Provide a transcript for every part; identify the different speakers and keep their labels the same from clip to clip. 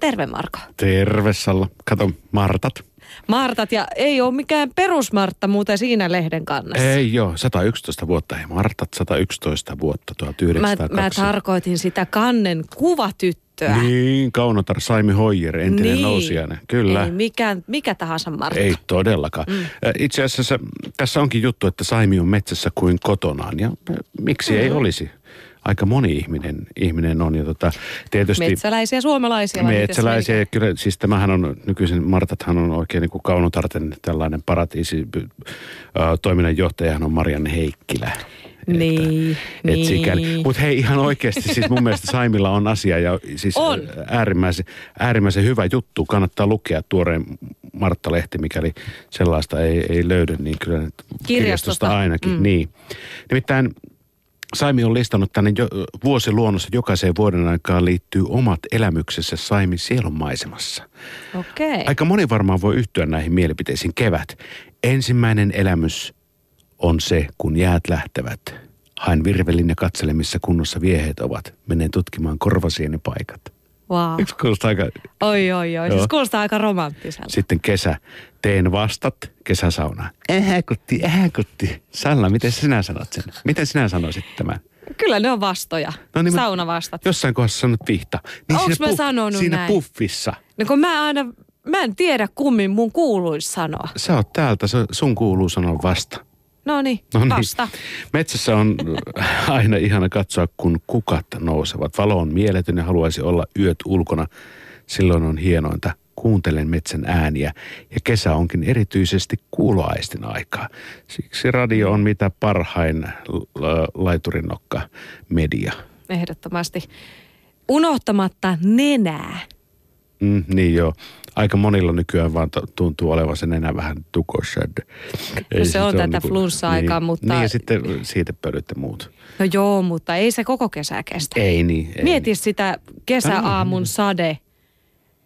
Speaker 1: terve Marko.
Speaker 2: Terve Salla. Kato, Martat.
Speaker 1: Martat ja ei ole mikään perusmartta muuten siinä lehden kannassa.
Speaker 2: Ei joo, 111 vuotta. Ei Martat, 111 vuotta
Speaker 1: Mä,
Speaker 2: 1902.
Speaker 1: mä tarkoitin sitä kannen kuvatyttöä.
Speaker 2: Niin, Kaunotar Saimi Hoijer, entinen
Speaker 1: Niin.
Speaker 2: nousijainen. Kyllä.
Speaker 1: Ei mikään, mikä tahansa Martta.
Speaker 2: Ei todellakaan. Mm. Itse asiassa tässä onkin juttu, että Saimi on metsässä kuin kotonaan ja äh, miksi mm. ei olisi? Aika moni ihminen, ihminen on ja tota, tietysti...
Speaker 1: Metsäläisiä suomalaisia. vai miten se
Speaker 2: Metsäläisiä, ja kyllä, siis tämähän on, nykyisin Martathan on oikein niin kuin Kaunotarten tällainen paratiisi, ö, toiminnanjohtajahan on Marianne Heikkilä.
Speaker 1: Niin, niin.
Speaker 2: Mutta hei ihan oikeasti, siis mun mielestä Saimilla on asia ja siis
Speaker 1: On.
Speaker 2: Äärimmäisen, äärimmäisen hyvä juttu. Kannattaa lukea tuoreen Martta-lehti, mikäli sellaista ei, ei löydy, niin kyllä nyt kirjastosta ainakin. Mm. Niin. Nimittäin Saimi on listannut tänne jo, vuosiluonnossa jokaiseen vuoden aikaan liittyy omat elämyksessä Saimi sielunmaisemassa.
Speaker 1: oli? Okei. Okay.
Speaker 2: Aika moni varmaan voi yhtyä näihin mielipiteisiin kevät. Ensimmäinen elämys on se, kun jäät lähtevät. Haen virvelin ja katselen, missä kunnossa vieheet ovat. Menen tutkimaan korvasieni paikat.
Speaker 1: Oh. Wow.
Speaker 2: Eikö kuulosta aika...
Speaker 1: Oi, oi, oi. Siis
Speaker 2: Joo.
Speaker 1: kuulostaa aika romanttiselta.
Speaker 2: Sitten kesä. Teen vastat kesäsaunaan. Ähäkutti, ähäkutti. Salla, miten sinä sanot sen? Miten sinä sanoisit tämän?
Speaker 1: Kyllä ne on vastoja. No niin,
Speaker 2: mä-
Speaker 1: Saunavastat.
Speaker 2: Jossain kohdassa sanot vihta. Niin
Speaker 1: Onks
Speaker 2: siinä
Speaker 1: mä sanonut
Speaker 2: Siinä
Speaker 1: näin?
Speaker 2: puffissa.
Speaker 1: No kun mä aina, mä en tiedä kummin mun kuuluisi sanoa.
Speaker 2: Sä oot täältä, se- sun kuuluu sanoa vasta.
Speaker 1: No niin,
Speaker 2: No niin.
Speaker 1: vasta.
Speaker 2: Metsässä on aina ihana katsoa, kun kukat nousevat. Valo on mieletön ja haluaisi olla yöt ulkona. Silloin on hienointa. Kuuntelen metsän ääniä ja kesä onkin erityisesti kuuloaistin aikaa. Siksi radio on mitä parhain la- laiturinokka media.
Speaker 1: Ehdottomasti. Unohtamatta nenää.
Speaker 2: Mm, niin joo. Aika monilla nykyään vaan t- tuntuu olevan se nenä vähän tukossa.
Speaker 1: No se on tätä flunssa-aikaa,
Speaker 2: niin,
Speaker 1: mutta-
Speaker 2: Niin ja sitten siitepölyt ja muut.
Speaker 1: No joo, mutta ei se koko kesä kestä.
Speaker 2: Ei niin. Ei
Speaker 1: Mieti sitä kesäaamun sade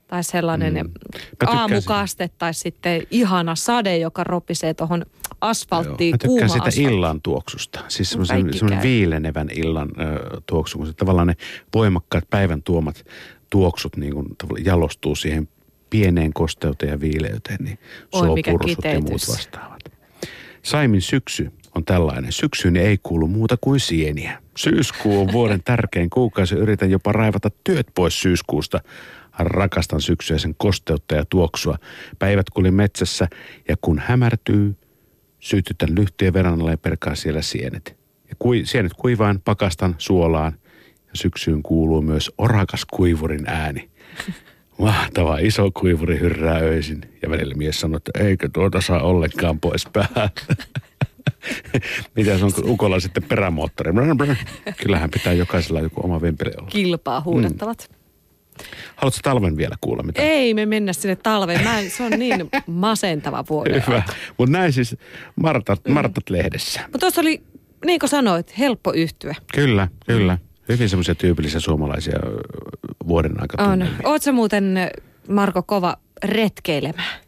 Speaker 1: tai sellainen mm.
Speaker 2: tykkään
Speaker 1: aamukaste tai sitten ihana sade, joka ropisee tuohon asfalttiin,
Speaker 2: Mä
Speaker 1: kuuma
Speaker 2: tykkään sitä
Speaker 1: asfaltti.
Speaker 2: illan tuoksusta. Siis semmoisen,
Speaker 1: kaikki
Speaker 2: semmoinen
Speaker 1: käy.
Speaker 2: viilenevän illan ö, tuoksu, kun se tavallaan ne voimakkaat päivän tuomat tuoksut niin kuin jalostuu siihen pieneen kosteuteen ja viileyteen, niin
Speaker 1: Oi, mikä
Speaker 2: suopursut ja muut
Speaker 1: kiteytys.
Speaker 2: vastaavat. Saimin syksy on tällainen. Syksyyn ei kuulu muuta kuin sieniä. Syyskuu on vuoden tärkein kuukausi. Yritän jopa raivata työt pois syyskuusta. Rakastan syksyä, sen kosteutta ja tuoksua. Päivät kulin metsässä ja kun hämärtyy, sytytän lyhtyä veranalla ja perkaan siellä sienet. Ja kui, sienet kuivaan, pakastan suolaan ja syksyyn kuuluu myös orakas kuivurin ääni. Mahtava iso kuivuri hyrrää öisin ja välillä mies sanoo, että eikö tuota saa ollenkaan pois päähän. Mitä se on, kun ukolla sitten perämoottori? Brr, brr. Kyllähän pitää jokaisella joku oma vempeli olla.
Speaker 1: Kilpaa huudettavat. Mm.
Speaker 2: Haluatko talven vielä kuulla mitä?
Speaker 1: Ei me mennä sinne talveen. Mä en, se on niin masentava vuoden.
Speaker 2: Hyvä. Mutta näin siis Martat,
Speaker 1: Mm.
Speaker 2: Martat lehdessä.
Speaker 1: Mutta tuossa oli, niin kuin sanoit, helppo yhtyä.
Speaker 2: Kyllä, kyllä. Hyvin semmoisia tyypillisiä suomalaisia ö, vuoden
Speaker 1: On.
Speaker 2: aikatunnelmia.
Speaker 1: Oot sä muuten, eh, Marko, kova retkeilemään?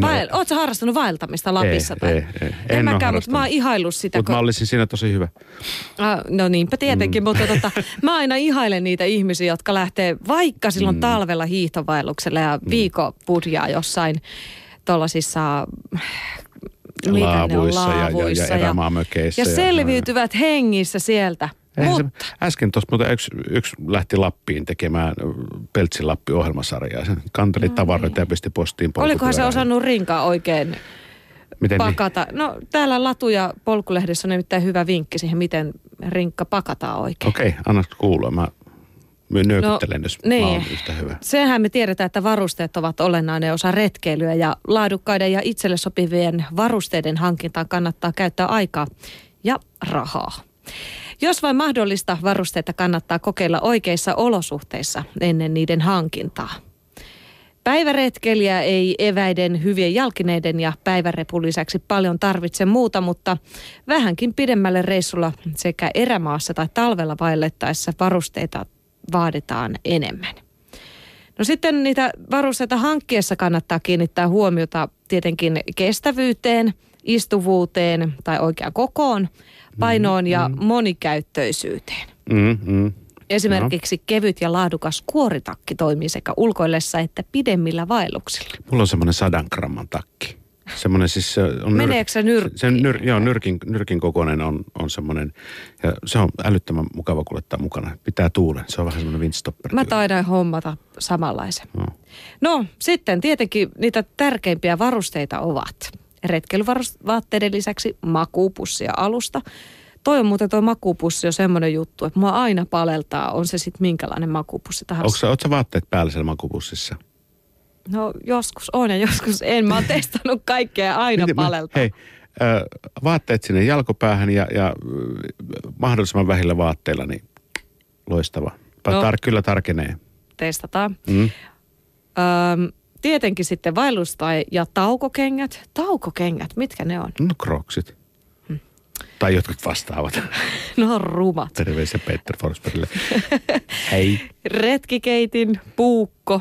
Speaker 2: No.
Speaker 1: Vael, oot sä harrastanut vaeltamista Lapissa?
Speaker 2: Ei,
Speaker 1: tai?
Speaker 2: ei, ei. En oo
Speaker 1: mäkään, mutta
Speaker 2: harrastanut.
Speaker 1: mä oon ihaillut sitä.
Speaker 2: Mutta mä olisin siinä tosi hyvä.
Speaker 1: Ah, no niinpä tietenkin, mm. mutta tota, mä aina ihailen niitä ihmisiä, jotka lähtee vaikka silloin mm. talvella hiihtovaellukselle ja
Speaker 2: Mm.
Speaker 1: viikon pudjaa jossain tuollaisissa
Speaker 2: Laavuissa ja- ja- ja erämaamökeissä
Speaker 1: Ja,
Speaker 2: ja-
Speaker 1: selviytyvät hengissä sieltä.
Speaker 2: Eihän
Speaker 1: Mut,
Speaker 2: se, äsken tuossa muuten yksi, yksi lähti Lappiin tekemään ö, Peltsin Lappi-ohjelmasarjaa. Sen kanteli tavaroita ja pisti postiin
Speaker 1: No niin. olikohan se
Speaker 2: polkupyörään.
Speaker 1: osannut rinkaa oikein
Speaker 2: Miten niin?
Speaker 1: pakata? No täällä Latu- ja Polkulehdessä on nimittäin hyvä vinkki siihen, miten rinkka pakataan oikein.
Speaker 2: Okei, okay, anna kuulla. Mä my- nyökyttelen, jos
Speaker 1: niin.
Speaker 2: mä oon yhtä hyvä.
Speaker 1: Sehän me tiedetään, että varusteet ovat olennainen osa retkeilyä ja laadukkaiden ja itselle sopivien varusteiden hankintaan kannattaa käyttää aikaa ja rahaa. Jos vain mahdollista, varusteita kannattaa kokeilla oikeissa olosuhteissa ennen niiden hankintaa. Päiväretkeilijä ei eväiden, hyvien jalkineiden ja päivärepun lisäksi paljon tarvitse muuta, mutta vähänkin pidemmälle reissulla sekä erämaassa tai talvella vaellettaessa varusteita vaaditaan enemmän. No sitten niitä varusteita hankkiessa kannattaa kiinnittää huomiota tietenkin kestävyyteen, istuvuuteen tai oikeaan kokoon, painoon ja monikäyttöisyyteen.
Speaker 2: Mm, mm.
Speaker 1: Esimerkiksi kevyt ja laadukas kuoritakki toimii sekä ulkoillessa että pidemmillä vaelluksilla.
Speaker 2: Mulla on semmoinen sadan gramman takki. Semmoinen siis se on...
Speaker 1: Meneekö se nyrkkiin?
Speaker 2: Sen nyr, joo, nyrkin, nyrkin kokoinen on, on semmoinen. Ja se on älyttömän mukava kuljettaa mukana. Pitää tuulen. Se on vähän semmoinen windstopper.
Speaker 1: Mä taidan hommata samanlaisen.
Speaker 2: Joo.
Speaker 1: No sitten tietenkin niitä tärkeimpiä varusteita ovat retkeilyvaatteiden lisäksi makuupussi ja alusta. Toi on muuten toi makuupussi on semmoinen juttu, että mua aina paleltaa, on se sitten minkälainen makuupussi tahansa.
Speaker 2: Onko sä, oot sä vaatteet päällä siellä makupussissa?
Speaker 1: No joskus on ja joskus en. Mä oon testannut kaikkea ja aina
Speaker 2: Miten mä-
Speaker 1: paleltaa.
Speaker 2: Hei, ö, vaatteet sinne jalkopäähän ja, ja ö, mahdollisimman vähillä vaatteilla, niin loistava.
Speaker 1: No.
Speaker 2: No. Tar- kyllä tarkenee.
Speaker 1: Testataan.
Speaker 2: Mm.
Speaker 1: Öm, tietenkin sitten vaellus- tai ja taukokengät. Taukokengät, mitkä ne on?
Speaker 2: No kroksit.
Speaker 1: Mm.
Speaker 2: Tai jotkut vastaavat.
Speaker 1: No on rumat.
Speaker 2: Terveisiä Peter Forsbergille. Hei.
Speaker 1: Retkikeitin, puukko,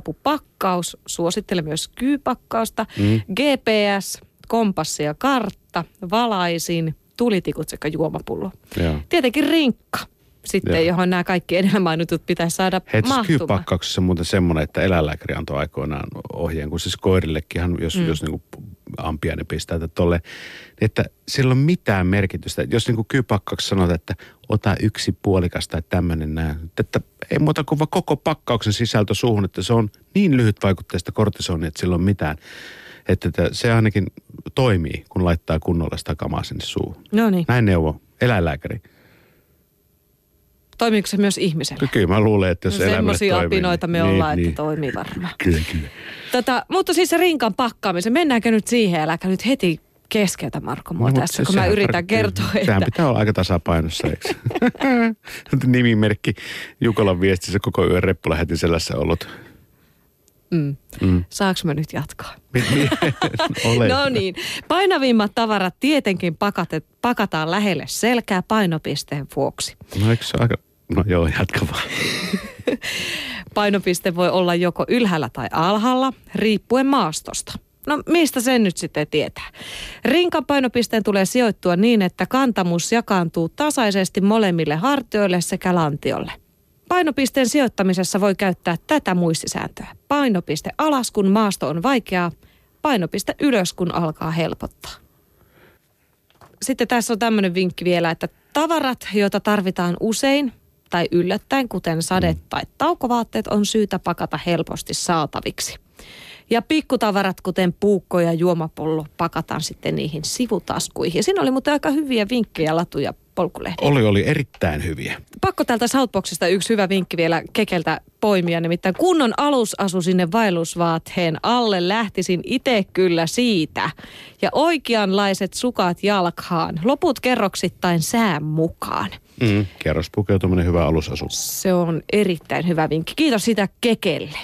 Speaker 1: ensiapupakkaus, suosittelen myös kyypakkausta, mm. GPS, kompassi ja kartta, valaisin, tulitikut sekä juomapullo.
Speaker 2: Joo.
Speaker 1: Tietenkin rinkka sitten,
Speaker 2: Joo.
Speaker 1: johon nämä kaikki edellä mainitut pitäisi saada
Speaker 2: Hei, siis tässä
Speaker 1: mahtumaan.
Speaker 2: kyypakkauksessa on muuten semmoinen, että eläinlääkäri antoi aikoinaan ohjeen, kun siis koirillekinhan, jos, mm. jos niin ampia ne pistää että tolle, niin että sillä on mitään merkitystä. Jos niin kuin kyypakkauksessa sanotaan, että ota yksi puolikas tai tämmöinen näin, että ei muuta kuin vaan koko pakkauksen sisältö suuhun, että se on niin lyhyt vaikutteista kortisonia, että sillä on mitään. Että että se ainakin toimii, kun laittaa kunnolla sitä kamaa sinne suuhun.
Speaker 1: No niin,
Speaker 2: Näin neuvo eläinlääkäri.
Speaker 1: toimiiko se myös ihmiselle?
Speaker 2: Kyllä mä luulen, että jos
Speaker 1: no,
Speaker 2: eläimelle
Speaker 1: semmoisia
Speaker 2: toimii,
Speaker 1: apinoita me
Speaker 2: niin,
Speaker 1: ollaan,
Speaker 2: niin.
Speaker 1: että toimii varmaan.
Speaker 2: Kyllä, kyllä.
Speaker 1: Tota, mutta siis se rinkan pakkaamisen, mennäänkö nyt siihen, äläkä nyt heti keskeytä Marko mua
Speaker 2: No, Mut
Speaker 1: tässä,
Speaker 2: se-
Speaker 1: kun mä
Speaker 2: sehän
Speaker 1: yritän
Speaker 2: tar-
Speaker 1: kertoa, että
Speaker 2: Sehän pitää olla aika tasapainossa, eikö? Nimimerkki Jukolan viestissä koko yön reppulähetin selässä ollut.
Speaker 1: mm,
Speaker 2: Mm.
Speaker 1: saaks mä nyt jatkaa?
Speaker 2: Mi- mi- Ole.
Speaker 1: No niin, painavimmat tavarat tietenkin pakate, pakataan lähelle selkää painopisteen vuoksi.
Speaker 2: No eikö se aika... No joo, jatka vaan.
Speaker 1: Painopiste voi olla joko ylhäällä tai alhaalla, riippuen maastosta. No mistä sen nyt sitten tietää? Rinkan painopisteen tulee sijoittua niin, että kantamus jakaantuu tasaisesti molemmille hartioille sekä lantiolle. Painopisteen sijoittamisessa voi käyttää tätä muistisääntöä. Painopiste alas, kun maasto on vaikeaa. Painopiste ylös, kun alkaa helpottaa. Sitten tässä on tämmöinen vinkki vielä, että tavarat, joita tarvitaan usein tai yllättäen, kuten sade- tai taukovaatteet, on syytä pakata helposti saataviksi. Ja pikkutavarat, kuten puukko ja juomapollo, pakataan sitten niihin sivutaskuihin. Siinä oli muuten aika hyviä vinkkejä latuja polkulehti.
Speaker 2: Oli, oli erittäin hyviä.
Speaker 1: Pakko täältä Southboxista yksi hyvä vinkki vielä kekeltä poimia, nimittäin kunnon alusasu sinne vaellusvaatteen alle lähtisin itse kyllä siitä. Ja oikeanlaiset sukat jalkaan, loput kerroksittain sään mukaan.
Speaker 2: Mm. Kerros pukeutuminen, hyvä alusasu.
Speaker 1: Se on erittäin hyvä vinkki. Kiitos sitä kekelle.